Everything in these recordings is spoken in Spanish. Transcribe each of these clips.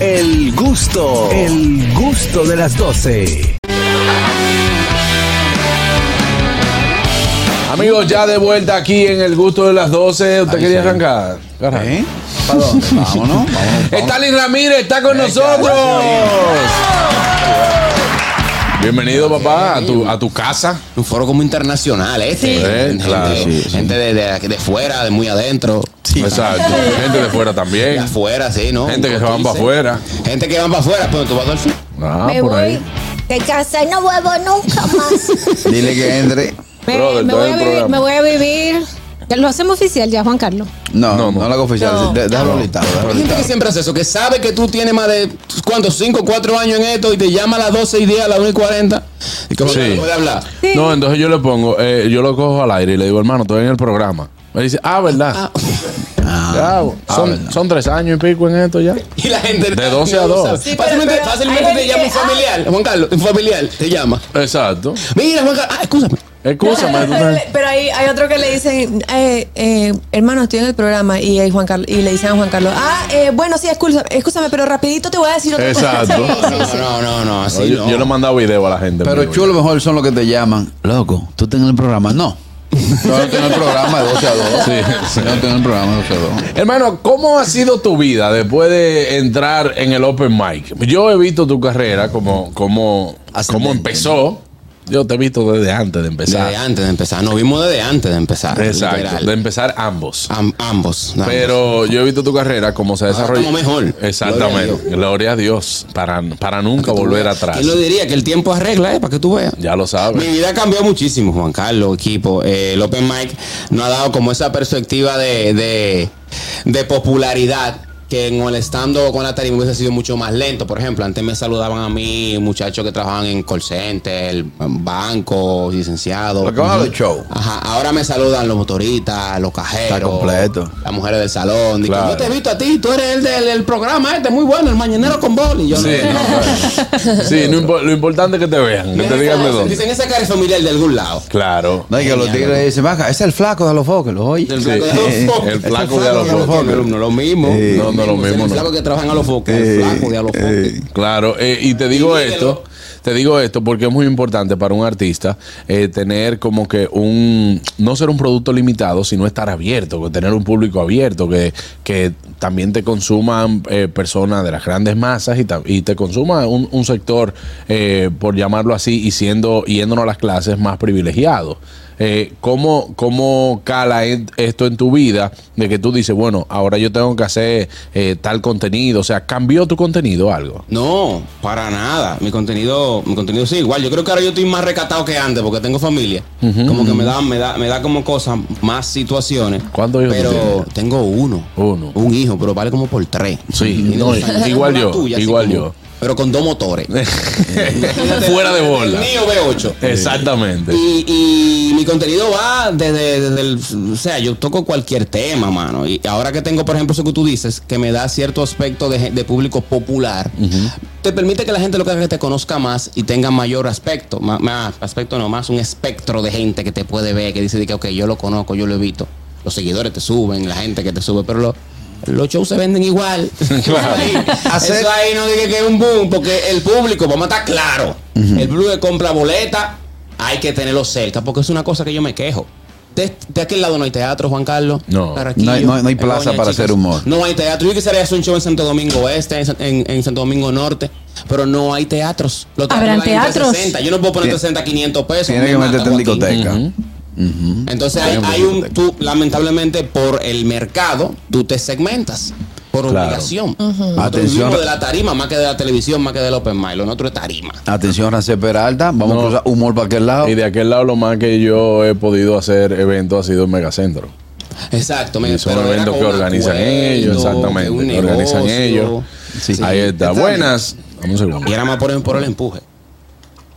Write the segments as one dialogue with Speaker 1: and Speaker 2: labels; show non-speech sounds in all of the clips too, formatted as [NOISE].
Speaker 1: El gusto, el gusto de las 12.
Speaker 2: Amigos, ya de vuelta aquí en el gusto de las 12. ¿Usted
Speaker 3: Ahí
Speaker 2: quería
Speaker 3: sí.
Speaker 2: arrancar? Arranca.
Speaker 3: ¿Eh? ¿Para dónde? Vámonos, vámonos. vámonos.
Speaker 2: Stalin Ramírez está con nosotros. Bienvenido, papá, a tu, a tu casa.
Speaker 4: Un foro como internacional, este.
Speaker 2: Sí. Eh, claro,
Speaker 4: gente
Speaker 2: sí, sí.
Speaker 4: gente de, de- de fuera, de muy adentro. Pues,
Speaker 2: Exacto. Gente de fuera
Speaker 4: De
Speaker 2: también.
Speaker 4: afuera, sí, ¿no?
Speaker 2: Gente que se van para
Speaker 4: Cotice.
Speaker 2: afuera.
Speaker 4: Gente que van para afuera, pero tú vas al sur.
Speaker 2: Ah,
Speaker 5: me
Speaker 2: por
Speaker 5: voy
Speaker 2: ahí.
Speaker 5: de casa y no vuelvo nunca [LAUGHS] más.
Speaker 3: Dile que entre.
Speaker 5: me,
Speaker 2: Brother,
Speaker 5: me
Speaker 2: todo
Speaker 5: voy
Speaker 2: el
Speaker 5: a vivir,
Speaker 2: programa.
Speaker 5: me voy a vivir. Ya Lo hacemos oficial ya, Juan Carlos.
Speaker 2: No,
Speaker 3: No, no,
Speaker 2: no.
Speaker 3: no, la hago oficial.
Speaker 5: No.
Speaker 3: de- Déjalo listado.
Speaker 4: Hay gente que siempre hace eso, que sabe que tú tienes más de, ¿cuántos? 5, 4 años en esto y te llama a las 12 y 10, a las 1 y 40. Y como
Speaker 2: Sí.
Speaker 4: que no puede hablar.
Speaker 5: Sí.
Speaker 2: No, entonces yo le pongo, eh, yo lo cojo al aire y le digo, hermano, estoy en el programa. Me dice, ah, ¿verdad? Ya, Ah, son, son tres años y pico en esto ya.
Speaker 4: Y la gente.
Speaker 2: De 12 a
Speaker 4: no
Speaker 2: 2.
Speaker 4: sabe.
Speaker 2: Sí,
Speaker 5: pero-
Speaker 4: fácilmente
Speaker 5: pero
Speaker 4: fácilmente
Speaker 5: ahí
Speaker 4: te
Speaker 5: dice,
Speaker 4: llama un familiar, Juan Carlos, un familiar te llama.
Speaker 2: Exacto.
Speaker 4: Mira, Juan Carlos, ah, escúchame.
Speaker 2: Escúchame. tú sabes.
Speaker 6: Pero ahí hay otro que le dicen, eh, eh, hermano, estoy en el programa y, ahí Juan Carlos, y le dicen a Juan Carlos, ah, eh, bueno, sí, excúsame, excúsame, pero rapidito te voy a decir otra
Speaker 2: Exacto.
Speaker 6: [LAUGHS]
Speaker 4: No, no, no, así
Speaker 2: Yo,
Speaker 4: no.
Speaker 2: yo le he mandado video a la gente.
Speaker 3: Pero
Speaker 2: mío,
Speaker 3: chulo, mejor son los que te llaman. Loco, tú estás en el programa. No. Yo no estoy en el programa de 12 a 2.
Speaker 2: Sí.
Speaker 3: Yo no estoy en el programa de 12 a 2.
Speaker 2: Hermano, ¿cómo ha sido tu vida después de entrar en el Open Mic? Yo he visto tu carrera, como, como,
Speaker 3: Ascendente,
Speaker 2: como empezó. Yo te he visto desde antes de empezar.
Speaker 4: Desde antes de empezar, nos vimos desde antes de empezar.
Speaker 2: Exacto,
Speaker 4: literal.
Speaker 2: de empezar ambos.
Speaker 4: Am- ambos. nada
Speaker 2: Pero yo he visto tu carrera como se ha desarrollado.
Speaker 4: estamos mejor.
Speaker 2: Exactamente.
Speaker 4: Gloria a
Speaker 2: Gloria a, Dios. Para, para nunca
Speaker 4: más.
Speaker 2: volver atrás.
Speaker 4: ¿Quién lo diría? Que el tiempo arregla, ¿eh? Para que tú veas.
Speaker 2: Ya lo
Speaker 4: Mi
Speaker 2: sabes.
Speaker 4: vida cambió muchísimo, Juan Carlos, equipo. Eh, el Open Mic nos ha dado como esa perspectiva de, de- de popularidad que en molestando con la tarima hubiese sido mucho más lento. Por ejemplo, antes me saludaban a mí muchachos que trabajaban en call center, en bancos, licenciados.
Speaker 3: Lo que van a los shows.
Speaker 4: Ajá, ahora me saludan los motoristas, los cajeros.
Speaker 3: Está completo.
Speaker 4: Las mujeres del salón. Dicen,
Speaker 2: Claro.
Speaker 4: Yo te he visto a ti, tú eres el del el programa este, muy bueno, el mañanero con boli. Yo no-
Speaker 2: Sí, no, claro. Sí, no impo- lo importante es que te vean, que te digan de dónde.
Speaker 4: Dicen esa cara es familiar de algún lado.
Speaker 2: Claro.
Speaker 3: No, y que los tigres dicen, baja, ese es el flaco de los focos, ¿lo oye?
Speaker 4: El
Speaker 2: Sí.
Speaker 4: flaco de los focos.
Speaker 3: [LAUGHS]
Speaker 2: El
Speaker 4: El
Speaker 2: flaco de los
Speaker 4: flaco
Speaker 2: focos.
Speaker 4: de los- No lo mismo.
Speaker 2: Eh, no, no, lo mismo, no.
Speaker 4: El flaco que trabajan a los focos. El flaco de a los focos.
Speaker 2: Claro, eh, y te digo
Speaker 4: Y
Speaker 2: esto,
Speaker 4: dígelo.
Speaker 2: te digo esto porque es muy importante para un artista eh, tener como que un, no ser un producto limitado, sino estar abierto, que tener un público abierto, que, que también te consuman eh, personas de las grandes masas y, ta- y te consuma un, un sector, eh, por llamarlo así, y siendo, yéndonos a las clases más privilegiados. Eh, ¿cómo, ¿Cómo cala en- esto en tu vida de que tú dices, bueno, ahora yo tengo que hacer eh, tal contenido? O sea, ¿cambió tu contenido algo?
Speaker 4: No, para nada. Mi contenido, mi contenido sí, igual. Yo creo que ahora yo estoy más recatado que antes porque tengo familia. Como que me da, me da, me da como cosas, más situaciones.
Speaker 2: ¿Cuántos hijos
Speaker 4: Pero
Speaker 2: tú tienes?
Speaker 4: tengo uno.
Speaker 2: Uno.
Speaker 4: Un hijo, pero vale como por tres.
Speaker 2: Sí,
Speaker 4: Y
Speaker 2: no,
Speaker 4: o sea,
Speaker 2: igual
Speaker 4: como la
Speaker 2: yo,
Speaker 4: así
Speaker 2: igual
Speaker 4: como-
Speaker 2: yo.
Speaker 4: Pero con dos motores.
Speaker 2: [LAUGHS] Fuera de bola.
Speaker 4: El mío V8.
Speaker 2: Exactamente.
Speaker 4: Y, y mi contenido va desde, desde el... O sea, yo toco cualquier tema, mano. Y ahora que tengo, por ejemplo, eso que tú dices, que me da cierto aspecto de, gen- de público popular, te permite que la gente lo que haga es que te conozca más y tenga mayor aspecto. Más, aspecto no, más un espectro de gente que te puede ver, que dice de que, ok, yo lo conozco, yo lo evito. Los seguidores te suben, la gente que te sube, pero lo- Los shows se
Speaker 2: [LAUGHS]
Speaker 4: venden igual.
Speaker 2: Claro.
Speaker 3: Hacer-
Speaker 4: Eso ahí no dije que es un boom, porque el público, vamos a estar claro, el público que compra boleta, hay que tenerlo cerca, porque es una cosa que yo me quejo. De, de aquel lado no hay teatro, Juan Carlos.
Speaker 2: No.
Speaker 4: Carraquillo,
Speaker 3: No hay- no hay- no hay plaza
Speaker 4: Begoña,
Speaker 3: para hacer humor.
Speaker 4: No hay teatro. Yo quisiera hacer un show en Santo Domingo Este, en, Sa- en- en Santo Domingo Norte, pero no hay teatros. Los
Speaker 5: ¿Habrán
Speaker 4: dan entre
Speaker 5: teatros?
Speaker 4: 60. Yo no puedo poner
Speaker 3: Tien-
Speaker 4: 60, 500 pesos.
Speaker 3: Tienes
Speaker 4: me
Speaker 3: que
Speaker 4: mata,
Speaker 3: meterte en
Speaker 4: Joaquín.
Speaker 3: discoteca.
Speaker 4: Entonces hay, hay un, tú lamentablemente por el mercado, tú te segmentas por
Speaker 2: Claro.
Speaker 4: obligación. Nosotros
Speaker 3: Atención.
Speaker 4: vivimos de la tarima, más que de la televisión, más que del open mic, lo nuestro es tarima.
Speaker 3: Atención, Rancé Peralta. Vamos
Speaker 2: No.
Speaker 3: a cruzar humor para aquel lado.
Speaker 2: Y de aquel lado lo más que yo he podido hacer evento ha sido en Megacentro.
Speaker 4: Exacto,
Speaker 2: Y
Speaker 4: me
Speaker 2: son
Speaker 4: pero era
Speaker 2: eventos
Speaker 4: con
Speaker 2: que
Speaker 4: un
Speaker 2: organizan
Speaker 4: acuerdo,
Speaker 2: ellos, exactamente.
Speaker 4: que un
Speaker 2: que organizan
Speaker 4: negocio.
Speaker 2: ellos.
Speaker 3: Sí.
Speaker 2: Ahí está.
Speaker 3: Está bien.
Speaker 2: Buenas. Dame un segundo.
Speaker 4: Y era más por el, por el empuje.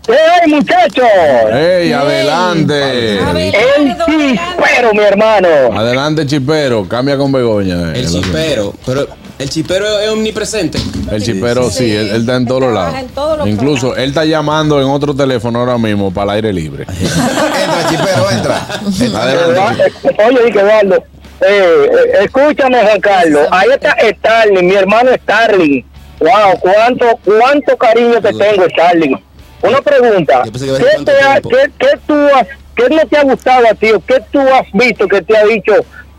Speaker 7: ¡Hey, muchachos!
Speaker 2: ¡Ey, adelante!
Speaker 5: A ver,
Speaker 7: El
Speaker 5: Eduardo,
Speaker 7: chispero, mi hermano.
Speaker 2: Adelante, chipero. Cambia con Begoña. eh,
Speaker 4: El
Speaker 2: lo-
Speaker 4: chipero, pero el chipero es omnipresente.
Speaker 2: El chipero, sí,
Speaker 5: Sí.
Speaker 2: él, él está en
Speaker 5: Él
Speaker 2: todos
Speaker 5: trabaja
Speaker 2: lados.
Speaker 5: en todos los
Speaker 2: Incluso
Speaker 5: programas.
Speaker 2: él está llamando en otro teléfono ahora mismo para el aire libre.
Speaker 3: Entra, chipero, entra. [LAUGHS]
Speaker 2: Adelante. Chipero.
Speaker 7: Oye, dije, Eduardo. eh, eh, escúchame, Juan Carlos. Ahí está Starling, mi hermano Starling. Wow, cuánto, cuánto cariño te tengo, Charlie. Una pregunta.
Speaker 4: Yo
Speaker 7: ¿Qué,
Speaker 4: pensé que iba a decir cuánto
Speaker 7: te ha-
Speaker 4: tiempo.
Speaker 7: qué- qué tú has, qué no te ha gustado a ti o qué tú has visto que te ha dicho,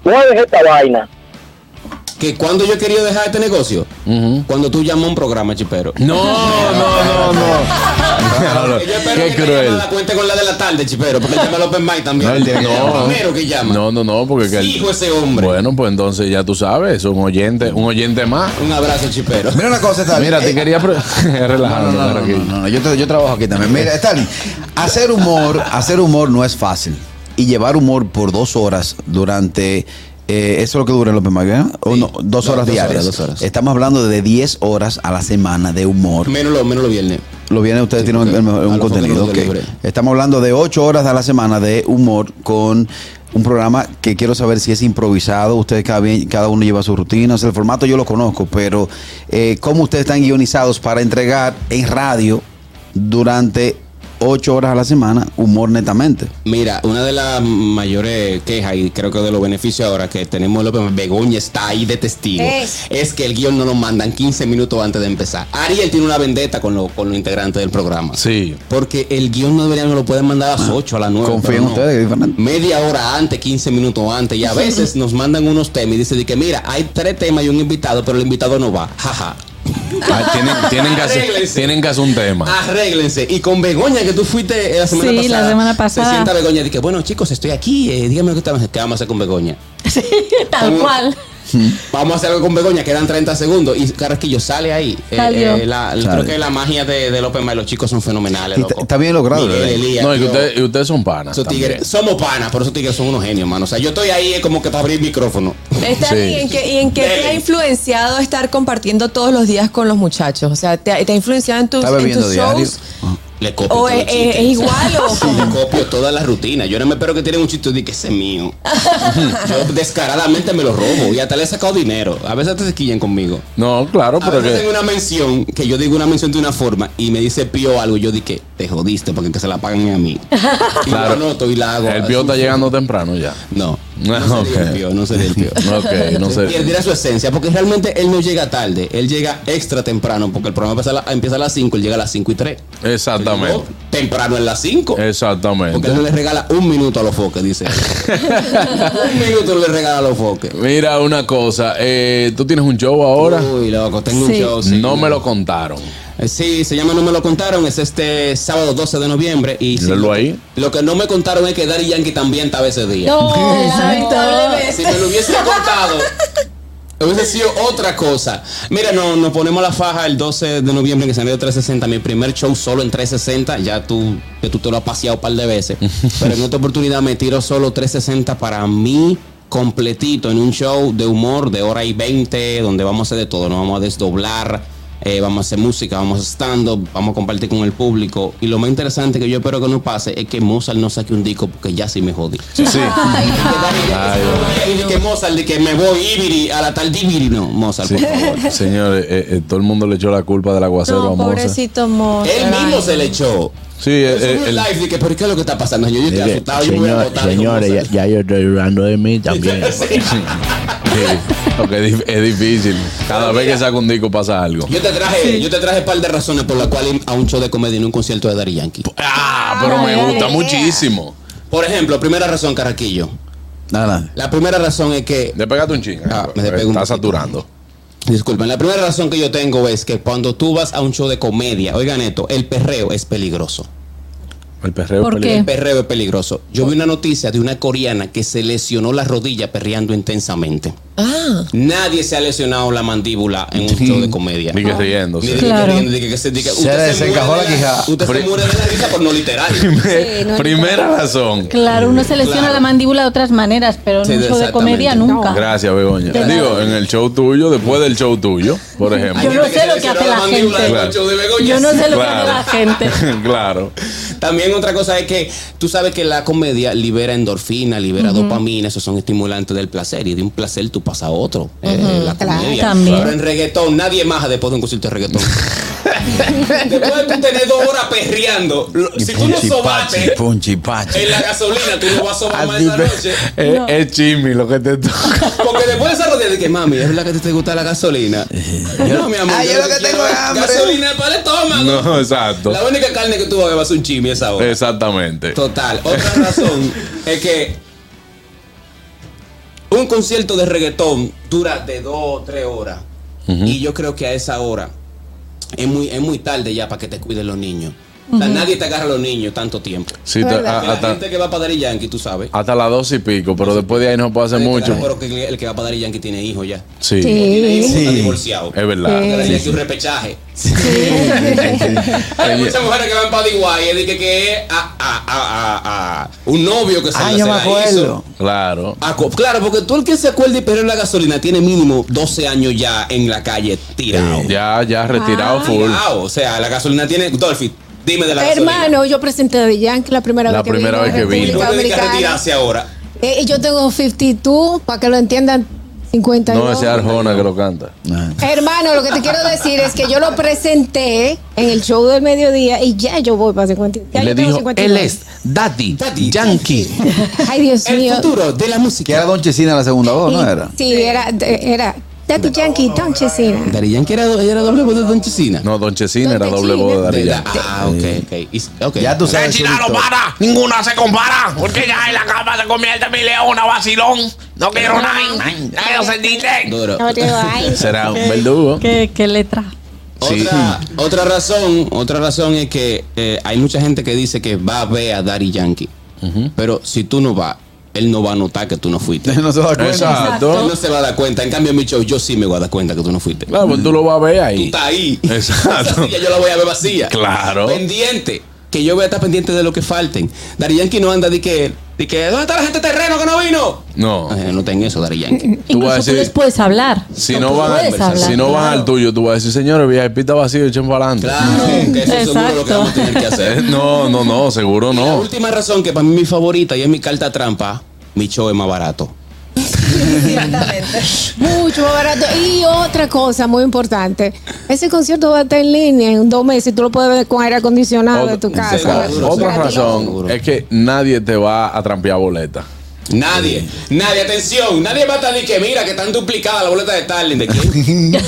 Speaker 7: no dejes esta vaina?
Speaker 4: Que cuando yo quería dejar este negocio, cuando tú llamas a un programa, chipero.
Speaker 2: No, no, no,
Speaker 4: [LAUGHS]
Speaker 2: no.
Speaker 4: Yo espero
Speaker 2: Qué
Speaker 4: que
Speaker 2: cruel.
Speaker 4: La cuente con la de la tarde, chipero, porque llama al Open Mic también.
Speaker 2: No, él tiene que llamar.
Speaker 4: primero que llama.
Speaker 2: No, no, no, porque que
Speaker 4: Fijo ese hombre.
Speaker 2: Bueno, pues entonces ya tú sabes, un oyente, un oyente más.
Speaker 4: Un abrazo, chipero.
Speaker 3: Mira una cosa, Eh, Stalin.
Speaker 2: Mira, te quería [LAUGHS] pre-
Speaker 3: No, no,
Speaker 2: relajando.
Speaker 3: no, no,
Speaker 2: tranquilo.
Speaker 3: no, no, Yo, tra- yo trabajo aquí también. Mira, Stalin, hacer humor, hacer humor no es fácil. Y llevar humor por dos horas durante. eh, eso es lo que dura el Open Mic, ¿verdad? O
Speaker 4: Sí.
Speaker 3: no, dos
Speaker 4: Do-
Speaker 3: horas
Speaker 4: dos
Speaker 3: diarias.
Speaker 4: horas, dos horas.
Speaker 3: Estamos hablando de 10 horas a la semana de humor.
Speaker 4: Menos lo, menos lo viernes.
Speaker 3: Lo viene, ustedes
Speaker 4: Sí,
Speaker 3: tienen
Speaker 4: porque
Speaker 3: el mejor-
Speaker 4: a
Speaker 3: un
Speaker 4: los
Speaker 3: contenido.
Speaker 4: otros
Speaker 3: ok.
Speaker 4: los delivery.
Speaker 3: Estamos hablando de ocho horas a la semana de humor con un programa que quiero saber si es improvisado. Ustedes cada, bien- cada uno lleva sus rutinas. El formato yo lo conozco, pero eh, ¿cómo ustedes están guionizados para entregar en radio durante ocho horas a la semana humor netamente?
Speaker 4: Mira, una de las mayores quejas y creo que de los beneficios ahora que tenemos el Open Mic, Begoña está ahí de testigo,
Speaker 5: Es.
Speaker 4: es, que el guión no lo mandan 15 minutos antes de empezar. Ariel tiene una vendetta con, lo- con los integrantes del programa.
Speaker 2: Sí.
Speaker 4: Porque el guión no deberían, no lo pueden mandar a las 8, a las 9.
Speaker 3: Ah, confío
Speaker 4: pero
Speaker 3: en
Speaker 4: no.
Speaker 3: ustedes, que es diferente.
Speaker 4: Media hora antes, 15 minutos antes. Y a veces nos mandan unos temas y dicen de que, mira, hay tres temas y un invitado, pero el invitado no va. Jaja.
Speaker 2: Ah, tienen, tienen que hacer,
Speaker 4: Arréglense.
Speaker 2: tienen que hacer un
Speaker 4: Ah,
Speaker 2: tema.
Speaker 4: Arréglense. Y con Begoña, que tú fuiste eh, la semana
Speaker 8: Sí, la
Speaker 4: pasada.
Speaker 8: semana pasada.
Speaker 4: Se sienta Begoña y dice, bueno, chicos, estoy aquí. eh, díganme lo que estamos- ¿qué vamos a hacer con Begoña.
Speaker 8: Tal
Speaker 4: Como-
Speaker 8: cual.
Speaker 4: Vamos a hacer algo con Begoña, quedan 30 segundos. Y Carrasquillo sale ahí. Eh,
Speaker 8: Salió.
Speaker 4: eh, la-
Speaker 3: Sale.
Speaker 4: Creo que la magia de, de López May, los chicos son fenomenales.
Speaker 3: Y está-
Speaker 4: loco.
Speaker 3: está bien logrado,
Speaker 4: Miguel,
Speaker 3: ¿verdad?
Speaker 4: Elías,
Speaker 2: No, y que
Speaker 4: yo-
Speaker 2: ustedes, y ustedes son panas.
Speaker 4: esos
Speaker 2: también.
Speaker 4: tigres- somos panas, pero esos tigres son unos genios, mano. O sea, yo estoy ahí eh, como que para abrir micrófono.
Speaker 6: Está
Speaker 2: Sí.
Speaker 6: bien, ¿y en qué, y en qué te ha
Speaker 4: Dele.
Speaker 6: influenciado estar compartiendo todos los días con los muchachos? O sea, ¿te, ha- te ha influenciado en tus,
Speaker 3: ¿Está
Speaker 6: en
Speaker 3: bebiendo
Speaker 6: tus
Speaker 3: diario?
Speaker 6: shows?
Speaker 4: Le copio.
Speaker 6: ¿O
Speaker 4: todos los
Speaker 6: es, es-
Speaker 4: chistes.
Speaker 6: es igual o
Speaker 4: Sí,
Speaker 2: [LAUGHS]
Speaker 4: [LAUGHS] le copio toda la rutina. Yo no me espero que tienen un chiste de que ese
Speaker 2: [LAUGHS]
Speaker 4: es mío. Yo descaradamente me lo robo y hasta le he sacado dinero. A veces te quillan conmigo.
Speaker 2: No, claro,
Speaker 4: A
Speaker 2: pero
Speaker 4: veces Ah, tengo
Speaker 2: que.
Speaker 4: una mención que yo digo una mención de una forma y me dice pío algo. Yo dije, te jodiste porque que se la pagan
Speaker 2: [LAUGHS]
Speaker 4: a mí. Y
Speaker 2: Claro.
Speaker 4: lo anoto y la hago.
Speaker 2: El pío está llegando temprano ya. [LAUGHS]
Speaker 4: No,
Speaker 2: Ah,
Speaker 4: no sería
Speaker 2: ok.
Speaker 4: el pío, no sería el pío.
Speaker 2: [LAUGHS] Ok, no sé.
Speaker 4: Perderá su esencia, porque realmente él no llega tarde, él llega extra temprano, porque el programa empieza a, la- empieza a las 5, él llega a las 5 y 3.
Speaker 2: Exactamente.
Speaker 4: Temprano en las 5. Porque
Speaker 2: Exactamente.
Speaker 4: él no le regala un minuto a los foques, dice. un minuto le regala a los foques.
Speaker 2: Mira una cosa, eh, tú tienes un show ahora.
Speaker 4: Uy, loco, tengo
Speaker 8: Sí.
Speaker 4: un show. Oh, sí.
Speaker 2: No me lo contaron.
Speaker 4: Eh, Sí, se llama No me lo contaron, es este sábado 12 de noviembre. y sí,
Speaker 2: Léelo
Speaker 4: lo-
Speaker 2: ahí.
Speaker 4: Lo que no me contaron es que Daddy Yankee también estaba ese día.
Speaker 5: No,
Speaker 8: Exacto.
Speaker 4: [LAUGHS] Si me lo hubiese contado, hubiese sido otra cosa. Mira, no, nos ponemos la faja el 12 de noviembre en escenario 360. Mi primer show solo en 360. Ya tú, que tú te lo has paseado un par de veces. Pero en esta oportunidad me tiro solo 360 para mí completito en un show de humor de hora y 20 donde vamos a hacer de todo, nos vamos a desdoblar. eh, vamos a hacer música, vamos a stand-up, vamos a compartir con el público. Y lo más interesante que yo espero que no pase es que Mozart no saque un disco porque ya sí me jodí.
Speaker 2: Sí.
Speaker 4: Y de que Mozart, de que me voy Ibiri a la tal Ibiri. No, Mozart, por
Speaker 2: [LAUGHS]
Speaker 4: favor.
Speaker 2: Señores, eh, eh, todo el mundo le echó la culpa del aguacero a
Speaker 6: No,
Speaker 2: Mozart.
Speaker 6: pobrecito Mozart.
Speaker 4: Él mismo
Speaker 6: Ay.
Speaker 4: se le echó.
Speaker 2: Sí, eh,
Speaker 4: Yo subí
Speaker 2: eh,
Speaker 4: un
Speaker 2: el-
Speaker 4: live de que, pero ¿qué es lo que está pasando? Yo, yo estoy asustado, yo me voy a
Speaker 9: Señor,
Speaker 4: botar.
Speaker 9: señores, ya,
Speaker 4: Mozart.
Speaker 9: ya yo estoy dudando de mí
Speaker 2: [LAUGHS]
Speaker 9: también.
Speaker 2: Sí, porque es dif- es difícil. Cada vez que saca un disco pasa algo.
Speaker 4: Yo te traje, yo te traje un par de razones por las cuales ir a un show de comedia y no un concierto de Dari Yankee.
Speaker 2: Ah, pero me gusta muchísimo.
Speaker 4: Por ejemplo, primera razón, Carraquillo.
Speaker 3: Nada.
Speaker 4: La primera razón es que
Speaker 2: Despegate un ching.
Speaker 4: Ah, me despego un
Speaker 2: Está
Speaker 4: poquito.
Speaker 2: saturando.
Speaker 4: Disculpen, la primera razón que yo tengo es que cuando tú vas a un show de comedia, oigan esto, el perreo es peligroso.
Speaker 2: El perreo.
Speaker 8: ¿Por
Speaker 2: peligroso.
Speaker 8: qué?
Speaker 4: El perreo es peligroso. Yo vi una noticia de una coreana que se lesionó la rodilla perreando intensamente.
Speaker 6: Ah,
Speaker 4: Nadie se ha lesionado la mandíbula en un show de comedia.
Speaker 2: Ni que
Speaker 8: Ah.
Speaker 4: Ni
Speaker 2: riéndose.
Speaker 4: de que
Speaker 2: [LAUGHS]
Speaker 8: Claro.
Speaker 4: riendo, ni que- que se- ni que-
Speaker 3: Se
Speaker 4: usted se
Speaker 3: desencajó
Speaker 4: muere
Speaker 3: la
Speaker 4: de
Speaker 3: quijada.
Speaker 4: Usted se
Speaker 2: Pri-
Speaker 4: muere de la risa por no literal.
Speaker 5: Sí, no es
Speaker 2: Primera razón.
Speaker 8: Claro, uno se lesiona
Speaker 4: Claro.
Speaker 8: la mandíbula de otras maneras, pero en
Speaker 4: Sí,
Speaker 8: un show de
Speaker 4: exactamente.
Speaker 8: comedia nunca.
Speaker 2: Gracias, Begoña.
Speaker 8: De nada.
Speaker 2: Digo, en el show tuyo, después del show tuyo, por
Speaker 8: Yo
Speaker 4: Hay
Speaker 2: ejemplo.
Speaker 8: no
Speaker 4: gente
Speaker 8: sé
Speaker 4: se
Speaker 8: lo que
Speaker 4: lesionó
Speaker 8: hace la
Speaker 4: mandíbula
Speaker 8: gente.
Speaker 4: en un show de Begoña.
Speaker 8: Yo no sé lo que
Speaker 2: Claro.
Speaker 8: hace la gente.
Speaker 2: [LAUGHS] claro.
Speaker 4: También otra cosa es que tú sabes que la comedia libera endorfina, libera dopamina, esos son estimulantes del placer y de un placer tú pasas a otro. eh, la
Speaker 5: claro.
Speaker 4: comedia.
Speaker 3: [LAUGHS]
Speaker 8: También.
Speaker 4: Pero en reggaetón nadie maja después de un concierto de reggaetón. Después de tú tener dos horas perreando, lo- si tú no sobaste en la gasolina, tú no vas a sobar más esa noche.
Speaker 2: [LAUGHS] Es, es chisme lo que te
Speaker 4: [LAUGHS]
Speaker 2: toca.
Speaker 4: Porque después de esa rodilla dije, mami, ¿es verdad que te, te gusta la gasolina? no, mi amor.
Speaker 3: Ay, yo lo que tengo es hambre.
Speaker 4: Gasolina para el estómago.
Speaker 2: No, exacto.
Speaker 4: La única carne que tú vas a beber es un chimi esa hora.
Speaker 2: Exactamente.
Speaker 4: Total. Otra [LAUGHS] razón es que un concierto de reggaetón dura de dos o tres horas. Y yo creo que a esa hora es muy, es muy tarde ya para que te cuiden los niños. O sea, nadie te agarra a los niños tanto tiempo.
Speaker 2: Sí, te-
Speaker 6: Verdad.
Speaker 2: a-
Speaker 4: Que la
Speaker 2: Ah, hasta,
Speaker 4: gente que va para Daddy Yankee, tú sabes.
Speaker 2: hasta las dos y pico, pero después de ahí no puede hacer
Speaker 4: Nadie te agarra,
Speaker 2: mucho.
Speaker 4: Pero que el que va para Daddy Yankee tiene hijos ya.
Speaker 2: Sí. [LAUGHS]
Speaker 5: Sí.
Speaker 4: Tiene hijos, está
Speaker 3: Sí.
Speaker 4: divorciado.
Speaker 2: Es verdad.
Speaker 4: Daddy
Speaker 2: Sí,
Speaker 4: Yankee es
Speaker 2: sí.
Speaker 4: un repechaje.
Speaker 6: [LAUGHS]
Speaker 3: Sí.
Speaker 4: Hay muchas mujeres que van para Diguay y dicen que- que ah, es a, a- a- a- a- un novio que se, la-
Speaker 3: Ah, yo
Speaker 4: se
Speaker 3: me
Speaker 4: la hizo.
Speaker 3: acuerdo.
Speaker 2: Claro.
Speaker 4: A co- Claro, porque tú el que se acuerde y perdió la gasolina tiene mínimo 12 años ya en la calle tirado.
Speaker 2: Eh, Ya, ya retirado
Speaker 5: Ah.
Speaker 2: full.
Speaker 4: Tirado. O sea, la gasolina tiene. Dolphy, dime de la gasolina.
Speaker 5: Hermano, yo presenté de Yankee la primera
Speaker 2: La
Speaker 5: vez que
Speaker 2: primera
Speaker 5: vino
Speaker 2: vez que
Speaker 5: a
Speaker 2: vino.
Speaker 4: ¿Tú
Speaker 5: República
Speaker 4: te dedicas a
Speaker 5: Dominicana.
Speaker 4: retirarse ahora?
Speaker 5: Eh, y yo tengo 52, para que lo entiendan, 52.
Speaker 2: No, ese es Arjona que lo canta.
Speaker 5: Hermano, lo que te quiero decir es que yo lo presenté en el show del mediodía y ya yo voy para 50.
Speaker 9: Y
Speaker 5: ya
Speaker 9: le
Speaker 5: yo tengo
Speaker 9: dijo,
Speaker 5: 52.
Speaker 9: él es Daddy,
Speaker 4: Daddy
Speaker 9: Yankee.
Speaker 5: Ay, Dios
Speaker 4: El
Speaker 5: mío.
Speaker 4: futuro de la
Speaker 3: Que era
Speaker 4: música.
Speaker 3: Don Chesina la segunda voz,
Speaker 5: Y-
Speaker 3: ¿no era? [LAUGHS]
Speaker 5: Sí, era, era Daddy Yankee, Don Chesina.
Speaker 4: Dari Yankee era, era doble voz de Don Chesina.
Speaker 2: No, Don Chesina
Speaker 5: Don
Speaker 2: era doble
Speaker 5: Chesina.
Speaker 2: voz de Daddy Yankee.
Speaker 4: Ah, ok, ok. Y- ok.
Speaker 3: Ya tú sabes. su historia.
Speaker 9: para! Ah, ¡Ninguna se compara! Porque ya en la cama se convierte en mi leona vacilón. No quiero nada. ¡No se dice!
Speaker 4: Duro.
Speaker 5: No, digo, ay.
Speaker 2: Será un
Speaker 8: ¿Qué-
Speaker 2: verdugo.
Speaker 8: ¿Qué, qué letra?
Speaker 2: Sí.
Speaker 4: Otra, otra razón, otra razón es que eh, hay mucha gente que dice que va a ver a Daddy Yankee. Pero si tú no vas, él no va a notar que tú no fuiste.
Speaker 3: No se da cuenta.
Speaker 2: Exacto.
Speaker 4: Él no se va a dar cuenta. En cambio, en mi show, yo sí me voy a dar cuenta que tú no fuiste.
Speaker 2: Claro, pues tú lo vas a ver
Speaker 4: Tú
Speaker 2: ahí.
Speaker 4: estás ahí.
Speaker 2: Exacto.
Speaker 4: Esa silla yo la voy a ver vacía.
Speaker 2: Claro.
Speaker 4: Pendiente. Que yo voy a estar pendiente de lo que falten. Dari Yankee no anda de que, de que, ¿dónde está la gente terreno que no vino?
Speaker 2: No.
Speaker 4: Eh, no ten eso, Dari
Speaker 2: Tú
Speaker 4: Yankee.
Speaker 2: vas a
Speaker 8: Incluso tú
Speaker 2: decir-
Speaker 8: les puedes hablar.
Speaker 2: Si
Speaker 8: Tú
Speaker 2: no van,
Speaker 8: puedes hablar,
Speaker 2: si no van
Speaker 8: claro.
Speaker 2: al tuyo, tú vas a decir, señores, VIP está vacío, echen para adelante.
Speaker 4: Claro, que eso es seguro lo que
Speaker 8: Exacto.
Speaker 4: vamos a tener que
Speaker 2: Eh,
Speaker 4: hacer. [LAUGHS]
Speaker 2: No, no, no, seguro
Speaker 4: La
Speaker 2: no.
Speaker 4: última razón que para mí mi favorita y es mi carta trampa, mi show es más barato.
Speaker 5: [LAUGHS] Mucho más barato. Y otra cosa muy importante. Ese concierto va a estar en línea en dos meses. Tú lo puedes ver con aire acondicionado
Speaker 2: Otra-
Speaker 5: de tu
Speaker 2: Otra-
Speaker 5: casa.
Speaker 4: Seguro,
Speaker 2: Otra
Speaker 4: seguro.
Speaker 2: razón
Speaker 4: Seguro.
Speaker 2: es que nadie te va a trampear boleta.
Speaker 4: Nadie, nadie, atención, nadie va a estar ni que mira que están duplicadas las boletas de Starling. ¿De [LAUGHS] quién? Es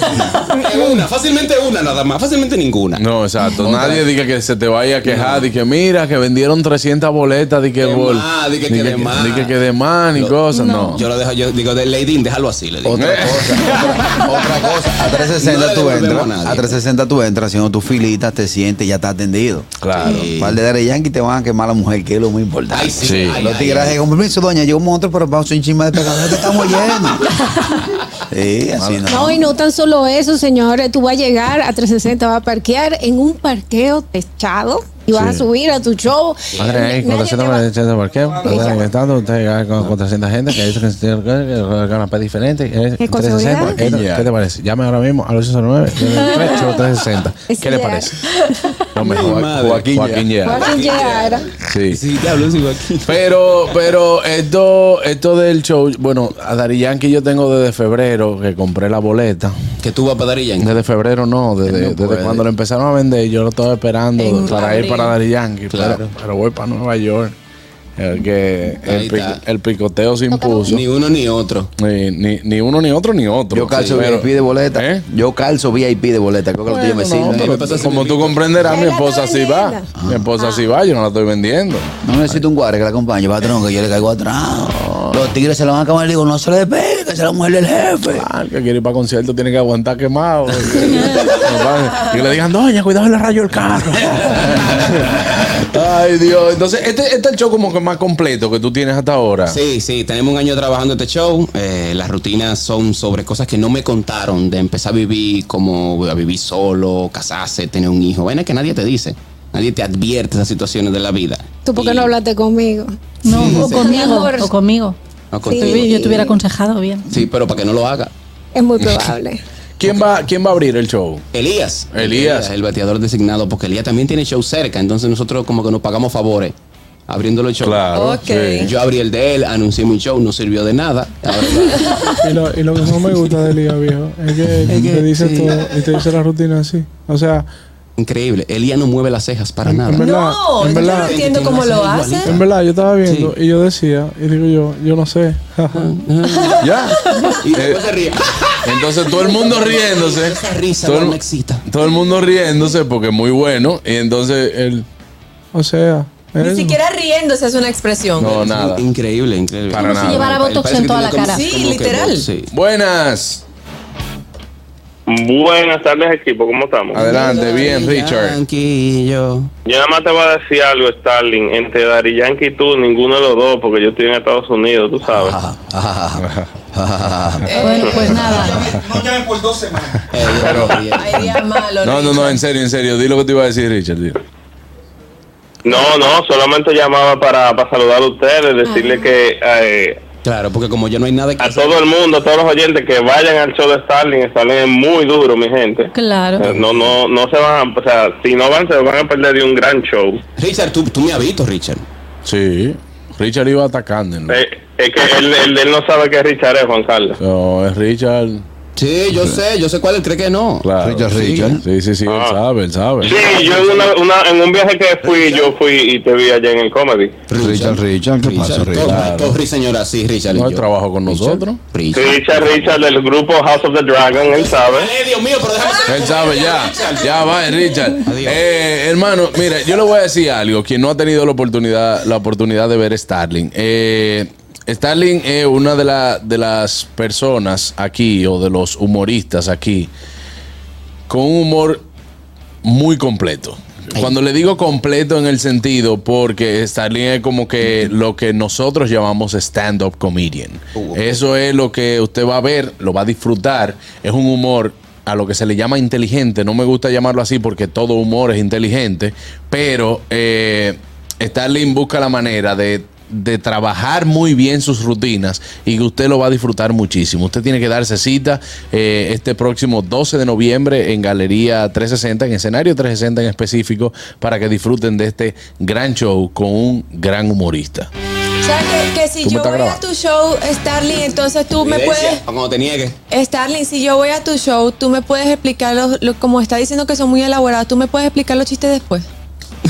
Speaker 4: una, fácilmente una nada más, fácilmente ninguna.
Speaker 2: No, exacto. Nadie diga que se te vaya a quejar, di que mira, que vendieron 300 boletas, di que
Speaker 4: De
Speaker 2: bol-
Speaker 4: más, di que-
Speaker 2: di
Speaker 4: que
Speaker 2: que-
Speaker 4: de más.
Speaker 2: di que- que de más ni
Speaker 4: Lo-
Speaker 2: cosas, no.
Speaker 4: Yo lo dejo, yo digo, de Lady, In, déjalo así, le digo.
Speaker 3: Otra cosa, otra cosa, a 360
Speaker 4: No le
Speaker 3: tú
Speaker 4: devolvemos
Speaker 3: entras,
Speaker 4: a nadie.
Speaker 3: a 360 tú entras haciendo tu filita, te sientes, ya está atendido.
Speaker 2: Claro.
Speaker 4: Sí.
Speaker 3: Par de Daddy Yankee te van a quemar a la mujer, que es lo muy importante.
Speaker 4: Ay, sí,
Speaker 2: Sí.
Speaker 4: ay,
Speaker 3: Los
Speaker 4: ay,
Speaker 3: tigres
Speaker 4: ay.
Speaker 3: dicen, con permiso, doña, llegó un monstruo, pero vamos a un chisme de este pecado, te estamos llenos. Sí, así no.
Speaker 5: No, y no tan solo eso, señores. Tú vas a llegar a 360, vas a parquear en un parqueo techado y vas a subir a tu show.
Speaker 9: Padre, ahí, con
Speaker 5: Nadie te va-
Speaker 9: 300 gente por qué? Están inventando, usted llega con con 300 gente que dice que se tiene que una P diferente. eh,
Speaker 5: ¿Qué, con
Speaker 9: 360, ¿Qué,
Speaker 2: seguridad?
Speaker 9: qué te parece? Llame ahora mismo al 809
Speaker 6: [LAUGHS]
Speaker 9: 360.
Speaker 5: Es
Speaker 9: ¿Qué le
Speaker 5: ideal.
Speaker 9: parece?
Speaker 2: No, mejor,
Speaker 4: Mi
Speaker 2: Joa-
Speaker 4: madre.
Speaker 2: Joaquín, Joaquín Yea.
Speaker 5: Joaquín Yehara.
Speaker 2: Sí.
Speaker 4: Sí, te hablo, sigo aquí.
Speaker 2: Pero, pero esto, esto del show, bueno, a Dari Yankee yo tengo desde febrero que compré la boleta.
Speaker 4: Que tú vas para Daddy Yankee.
Speaker 2: Desde febrero no, desde, desde cuando lo empezaron a vender, yo lo estaba esperando
Speaker 6: En
Speaker 2: para
Speaker 6: abril.
Speaker 2: ir para Dari Yankee.
Speaker 4: Claro.
Speaker 2: Pero, pero voy para Nueva York. El que
Speaker 4: Ahí
Speaker 2: el, pic-
Speaker 4: está.
Speaker 2: el picoteo se impuso.
Speaker 4: Ni
Speaker 2: Ni,
Speaker 4: uno ni otro.
Speaker 2: ni, ni uno, ni otro, ni otro.
Speaker 3: Yo calzo
Speaker 2: Sí, pero-
Speaker 3: VIP de boleta.
Speaker 2: ¿Eh?
Speaker 3: Yo calzo VIP de boleta. Creo que lo tuyo me
Speaker 2: No,
Speaker 3: sirve.
Speaker 2: pero
Speaker 4: me pasa así
Speaker 2: como tú
Speaker 4: mismo.
Speaker 2: comprenderás, mi
Speaker 5: Ya la
Speaker 2: esposa sí
Speaker 5: estoy
Speaker 2: va.
Speaker 5: vendiendo.
Speaker 2: Mi esposa sí va, yo no la estoy vendiendo.
Speaker 3: No necesito un guardia que la acompañe, patrón, que yo le caigo atrás. Los tigres se lo van a acabar y digo, no se le despegue, que se la mujer del jefe.
Speaker 2: Ah, el que quiere ir para concierto tiene que aguantar quemado. y que le digan, doña, cuidado le rayo el carro. Ay, Dios. Entonces, este, este es el show como que más completo que tú tienes hasta ahora.
Speaker 4: Sí, sí, tenemos un año trabajando este show. Eh, las rutinas son sobre cosas que no me contaron de empezar a vivir como a vivir solo, casarse, tener un hijo. Bueno, que nadie te dice, nadie te advierte esas situaciones de la vida.
Speaker 5: ¿Tú por qué
Speaker 4: Y-
Speaker 5: no hablaste conmigo?
Speaker 8: No, o
Speaker 5: sí. Mi
Speaker 8: conmigo,
Speaker 5: amor.
Speaker 8: o conmigo. pues
Speaker 4: no
Speaker 8: Yo
Speaker 4: contigo.
Speaker 8: te- Yo te hubiera aconsejado bien.
Speaker 4: Sí, pero para que no lo haga.
Speaker 5: Es muy probable.
Speaker 2: ¿Quién, va, ¿Quién va a abrir el show?
Speaker 4: Elías.
Speaker 2: Elías.
Speaker 4: El bateador designado, porque Elías también tiene show cerca, entonces nosotros como que nos pagamos favores abriendo los shows.
Speaker 6: Ok.
Speaker 2: sí.
Speaker 4: Yo abrí el de él, anuncié mi show, no sirvió de nada.
Speaker 10: [LAUGHS]
Speaker 4: Ahora-
Speaker 10: Y lo, y lo que no me gusta de Liga, viejo, es que,
Speaker 4: Es que,
Speaker 10: te dice
Speaker 4: sí.
Speaker 10: todo y te dice la rutina así. O sea,
Speaker 4: Increíble. Elías no mueve las cejas para
Speaker 10: En- en
Speaker 4: nada.
Speaker 10: verdad,
Speaker 6: No,
Speaker 10: en
Speaker 6: yo no
Speaker 10: verdad.
Speaker 6: entiendo cómo lo hace.
Speaker 10: En verdad, yo estaba viendo
Speaker 4: Sí.
Speaker 10: y yo decía, y digo yo, yo no sé.
Speaker 2: Ya. Eh,
Speaker 4: Y después
Speaker 2: [LAUGHS]
Speaker 4: se ríe.
Speaker 2: Entonces todo el mundo riéndose.
Speaker 4: Esa risa
Speaker 2: todo,
Speaker 4: no
Speaker 2: el-
Speaker 4: me excita.
Speaker 2: todo el mundo riéndose porque es muy bueno. Y entonces él.
Speaker 10: o sea,
Speaker 6: Ni
Speaker 10: eso.
Speaker 6: siquiera riéndose es una expresión.
Speaker 2: No, nada.
Speaker 4: Increíble, increíble.
Speaker 2: Para Como si nada.
Speaker 8: llevara
Speaker 4: Él
Speaker 8: botox
Speaker 4: parece
Speaker 8: en
Speaker 4: que
Speaker 8: toda
Speaker 4: tiene
Speaker 8: la
Speaker 4: como-
Speaker 8: cara.
Speaker 6: Sí,
Speaker 4: como que
Speaker 6: literal.
Speaker 4: botox, sí.
Speaker 2: Buenas.
Speaker 7: Buenas tardes, equipo. ¿Cómo estamos?
Speaker 2: Adelante, bien,
Speaker 4: Daddy
Speaker 2: Richard.
Speaker 4: Yanquillo.
Speaker 7: Yo nada más te voy a decir algo, Starling. Entre Dari Yankee y tú, ninguno de los dos, porque yo estoy en Estados Unidos, tú sabes.
Speaker 6: Eh,
Speaker 8: Bueno, pues nada.
Speaker 11: No llamen por dos semanas.
Speaker 4: Eh, Daddy Yankee.
Speaker 6: Ay, día malo.
Speaker 2: No, no,
Speaker 6: Rick.
Speaker 2: no, en serio, en serio. Di lo que te iba a decir, Richard. di.
Speaker 7: No, no, solamente llamaba para, para saludar a ustedes, decirle que eh,
Speaker 4: Claro, porque como ya no hay nada que
Speaker 7: a
Speaker 4: hacer.
Speaker 7: todo el mundo, a todos los oyentes, que vayan al show de Starling. Starling es muy duro, mi gente. Eh,
Speaker 8: Claro.
Speaker 7: No, no, no se van, a- o sea, si no van, se van a perder de un gran show.
Speaker 4: Richard, tú, tú me has visto, Richard.
Speaker 2: Sí. Richard iba atacando.
Speaker 7: Eh, es que él, él, él no sabe que Richard es Juan Carlos.
Speaker 2: No, es Richard.
Speaker 4: Sí, yo sé, yo sé cuál él cree que no.
Speaker 2: Claro.
Speaker 3: Richard,
Speaker 2: sí.
Speaker 3: Richard.
Speaker 2: Sí, sí, sí, él
Speaker 7: Ah.
Speaker 2: sabe, él sabe.
Speaker 7: Sí, yo en, una, una- en un viaje que fui, yo fui y te vi allá en el comedy.
Speaker 3: Richard, Richard, ¿qué pasa, Richard?
Speaker 4: Richard, Torri, señora, sí, Richard. y
Speaker 2: No, él
Speaker 4: yo.
Speaker 2: trabaja con
Speaker 4: Richard,
Speaker 2: nosotros.
Speaker 4: Richard.
Speaker 7: Richard, Richard del grupo House of the Dragon, él sabe.
Speaker 4: Eh, Dios mío, pero
Speaker 6: Ah,
Speaker 4: déjame ser-
Speaker 2: Él sabe ya, ya va, Richard.
Speaker 4: Adiós.
Speaker 2: Eh, hermano, mira, yo le voy a decir algo. Quien no ha tenido la oportunidad, la oportunidad de ver Starling. Eh, Starling es una de, la- de las personas aquí, o de los humoristas aquí, con un humor muy completo. Cuando le digo completo en el sentido, porque Starling es como que lo que nosotros llamamos stand-up comedian. Eso es lo que usted va a ver, lo va a disfrutar. Es un humor a lo que se le llama inteligente. No me gusta llamarlo así porque todo humor es inteligente, pero eh, Starling busca la manera de de trabajar muy bien sus rutinas y que usted lo va a disfrutar muchísimo. Usted tiene que darse cita eh, este próximo 12 de noviembre en Galería 360, en escenario 360 en específico, para que disfruten de este gran show con un gran humorista.
Speaker 6: O sea, que, que si
Speaker 2: Tú me
Speaker 6: yo
Speaker 2: estás
Speaker 6: voy a
Speaker 2: grabando.
Speaker 6: tu show, Starling, entonces tú me puedes...
Speaker 4: Evidencia, Cuando te niegue.
Speaker 6: Starling, si yo voy a tu show, tú me puedes explicar, los, lo- como está diciendo que son muy elaborados, tú me puedes explicar los chistes después.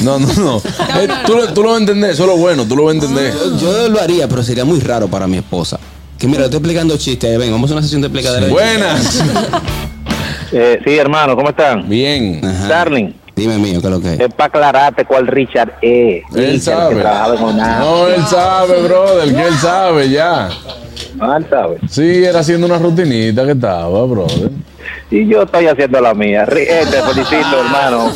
Speaker 2: No, no, no. Eh, tú, lo- tú lo vas a entender, eso es lo bueno, tú lo vas a entender.
Speaker 4: Yo, yo lo haría, pero sería muy raro para mi esposa. Que mira, estoy explicando chistes. Eh, Ven, vamos a una sesión de explicadera. de
Speaker 2: Buenas.
Speaker 7: Eh, sí, hermano, ¿cómo están?
Speaker 2: Bien.
Speaker 4: chistes. Ajá.
Speaker 7: Darling,
Speaker 4: Dime mío, ¿qué es lo que es?
Speaker 7: es para aclararte cuál Richard es.
Speaker 2: Él
Speaker 7: Richard, que
Speaker 2: sabe.
Speaker 7: trabajaba en una-
Speaker 2: No, él sabe, brother, que él sabe ya.
Speaker 7: Ah, él sabe.
Speaker 2: Sí, era haciendo una rutinita que estaba, brother.
Speaker 7: Y yo estoy haciendo la mía. Ri- eh, te felicito,
Speaker 2: [LAUGHS]
Speaker 7: hermano,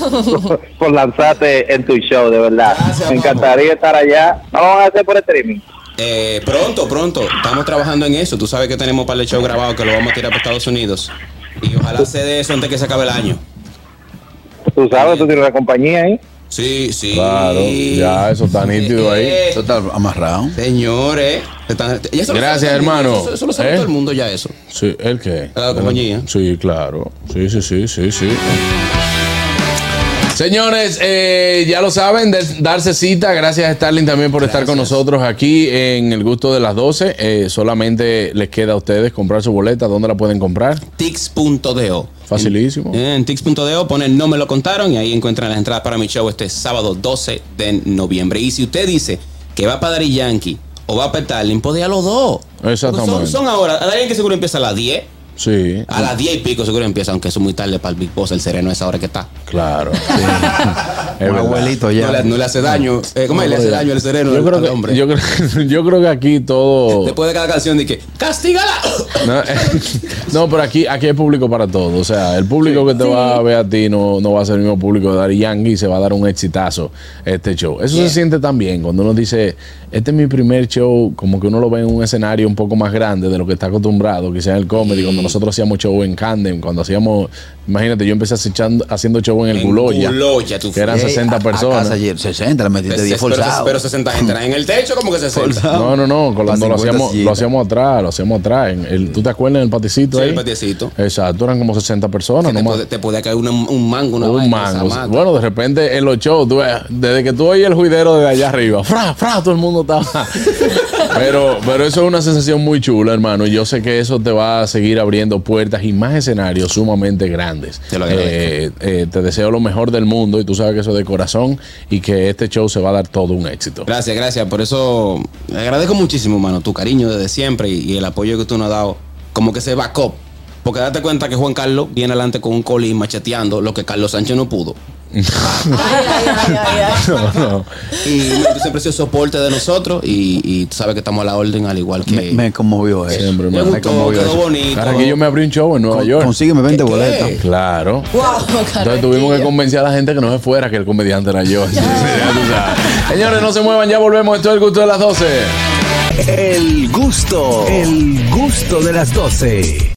Speaker 7: por lanzarte en tu show, de verdad.
Speaker 4: Gracias,
Speaker 7: Me encantaría estar allá. No lo van a hacer por streaming.
Speaker 4: Eh, pronto, pronto. Estamos trabajando en eso. Tú sabes que tenemos para el show grabado que lo vamos a tirar para Estados Unidos. Y ojalá se dé eso antes que se acabe el año.
Speaker 7: Tú sabes, tú tienes una compañía ahí.
Speaker 4: Sí, sí.
Speaker 2: Claro, ya, eso está nítido ahí.
Speaker 4: Eh,
Speaker 3: Eso está amarrado.
Speaker 4: Señores. están- y eso lo
Speaker 2: Gracias,
Speaker 4: sabe todo el mundo,
Speaker 2: hermano.
Speaker 4: Eso, eso lo sabe
Speaker 2: ¿Eh?
Speaker 4: todo el mundo ya eso.
Speaker 2: Sí, ¿el qué?
Speaker 4: La compañía.
Speaker 2: Sí, claro. Sí, sí, sí, sí, sí. Señores, eh, ya lo saben, des- darse cita. Gracias, Starling, también por estar con nosotros aquí en el gusto de las 12. Eh, solamente les queda a ustedes comprar su boleta. ¿Dónde la pueden comprar?
Speaker 4: Tix.do.
Speaker 2: Oh. Facilísimo.
Speaker 4: En, Eh, en tix.do ponen no me lo contaron y ahí encuentran las entradas para mi show este sábado 12 de noviembre. Y si usted dice que va para Daddy Yankee o va para Starling, pues dé a los dos.
Speaker 2: Exactamente.
Speaker 4: Porque Son, son ahora. A Daddy Yankee seguro empieza a las 10.
Speaker 2: Sí,
Speaker 4: A las 10 y pico seguro empieza, aunque eso es muy tarde para el Big Boss, el sereno esa hora que está.
Speaker 2: claro. [LAUGHS] sí. Es
Speaker 3: Un
Speaker 2: verdad.
Speaker 3: abuelito
Speaker 4: No le,
Speaker 3: ya.
Speaker 4: no le hace daño. Eh, ¿Cómo es? Le hace daño el sereno
Speaker 2: Yo
Speaker 4: al-
Speaker 2: creo,
Speaker 4: al
Speaker 2: que,
Speaker 4: hombre.
Speaker 2: yo, creo, [LAUGHS] yo creo que aquí todo.
Speaker 4: Después de cada canción dije, ¡castígala!
Speaker 2: No, eh, [LAUGHS] no, pero aquí, aquí hay público para todo. O sea, el público que te va a ver a ti no, no va a ser el mismo público de Dari Yankee y se va a dar un exitazo este show. Eso se siente también cuando uno dice, este es mi primer show, como que uno lo ve en un escenario un poco más grande de lo que está acostumbrado, quizás en el comedy, cuando nosotros hacíamos show en Candem, cuando hacíamos, imagínate, yo empecé acechando- haciendo show en el
Speaker 4: En
Speaker 2: Guloya,
Speaker 4: Guloya, tú
Speaker 2: que eran
Speaker 3: Ey,
Speaker 2: 60
Speaker 3: a- a
Speaker 2: personas.
Speaker 3: casa ayer, 60, la metiste
Speaker 4: Pues Pero-
Speaker 3: 10 forzado.
Speaker 4: Pero 60 gente en el techo, como que 60.
Speaker 2: No, no, no,
Speaker 3: Pa'
Speaker 2: cuando lo
Speaker 3: 50
Speaker 2: hacíamos, lo
Speaker 3: sillitas.
Speaker 2: hacíamos atrás, lo hacíamos atrás. En el- ¿Tú te acuerdas en el paticito
Speaker 4: Sí,
Speaker 2: ahí?
Speaker 4: el patiecito.
Speaker 2: Exacto, eran como 60 personas.
Speaker 4: te,
Speaker 2: nomás.
Speaker 4: puede, te podía caer una- un mango, una
Speaker 2: un
Speaker 4: vaina, esa
Speaker 2: mango.
Speaker 4: mata.
Speaker 2: Bueno, de repente
Speaker 4: [LAUGHS]
Speaker 2: en los shows, tú ves, desde que tú oyes el juidero de allá arriba, fra, fra, todo el mundo estaba Pero, pero eso es una sensación muy chula, hermano. y Yo sé que eso te va a seguir abriendo puertas y más escenarios sumamente grandes.
Speaker 4: Te lo agradezco.
Speaker 2: Eh, eh, te deseo lo mejor del mundo y tú sabes que eso es de corazón y que este show se va a dar todo un éxito.
Speaker 4: Gracias, gracias. Por eso le agradezco muchísimo, mano, tu cariño desde siempre y, y el apoyo que tú nos has dado. Como que se backup. Porque date cuenta que Juan Carlos viene adelante con un colín macheteando lo que Carlos Sánchez no pudo.
Speaker 2: [LAUGHS] No, no.
Speaker 4: Y mira, tú siempre has sido soporte de nosotros y, y tú sabes que estamos a la orden, al igual que.
Speaker 3: Me, me conmovió eso.
Speaker 2: Siempre,
Speaker 4: me
Speaker 2: hermano.
Speaker 3: me
Speaker 4: gustó,
Speaker 3: conmovió
Speaker 4: quedó
Speaker 3: eso.
Speaker 4: bonito.
Speaker 2: Cara, que yo me abrí un show en Nueva
Speaker 3: Con-
Speaker 2: York.
Speaker 3: Consígueme 20
Speaker 4: ¿Qué, qué?
Speaker 3: boletas.
Speaker 2: Claro.
Speaker 6: Wow,
Speaker 2: Entonces tuvimos que convencer a la gente que no se fuera, que el comediante era yo. Sí, sí, ya tú sabes. Señores, no se muevan, ya volvemos. Esto es el gusto de las 12.
Speaker 1: El gusto, el gusto de las 12.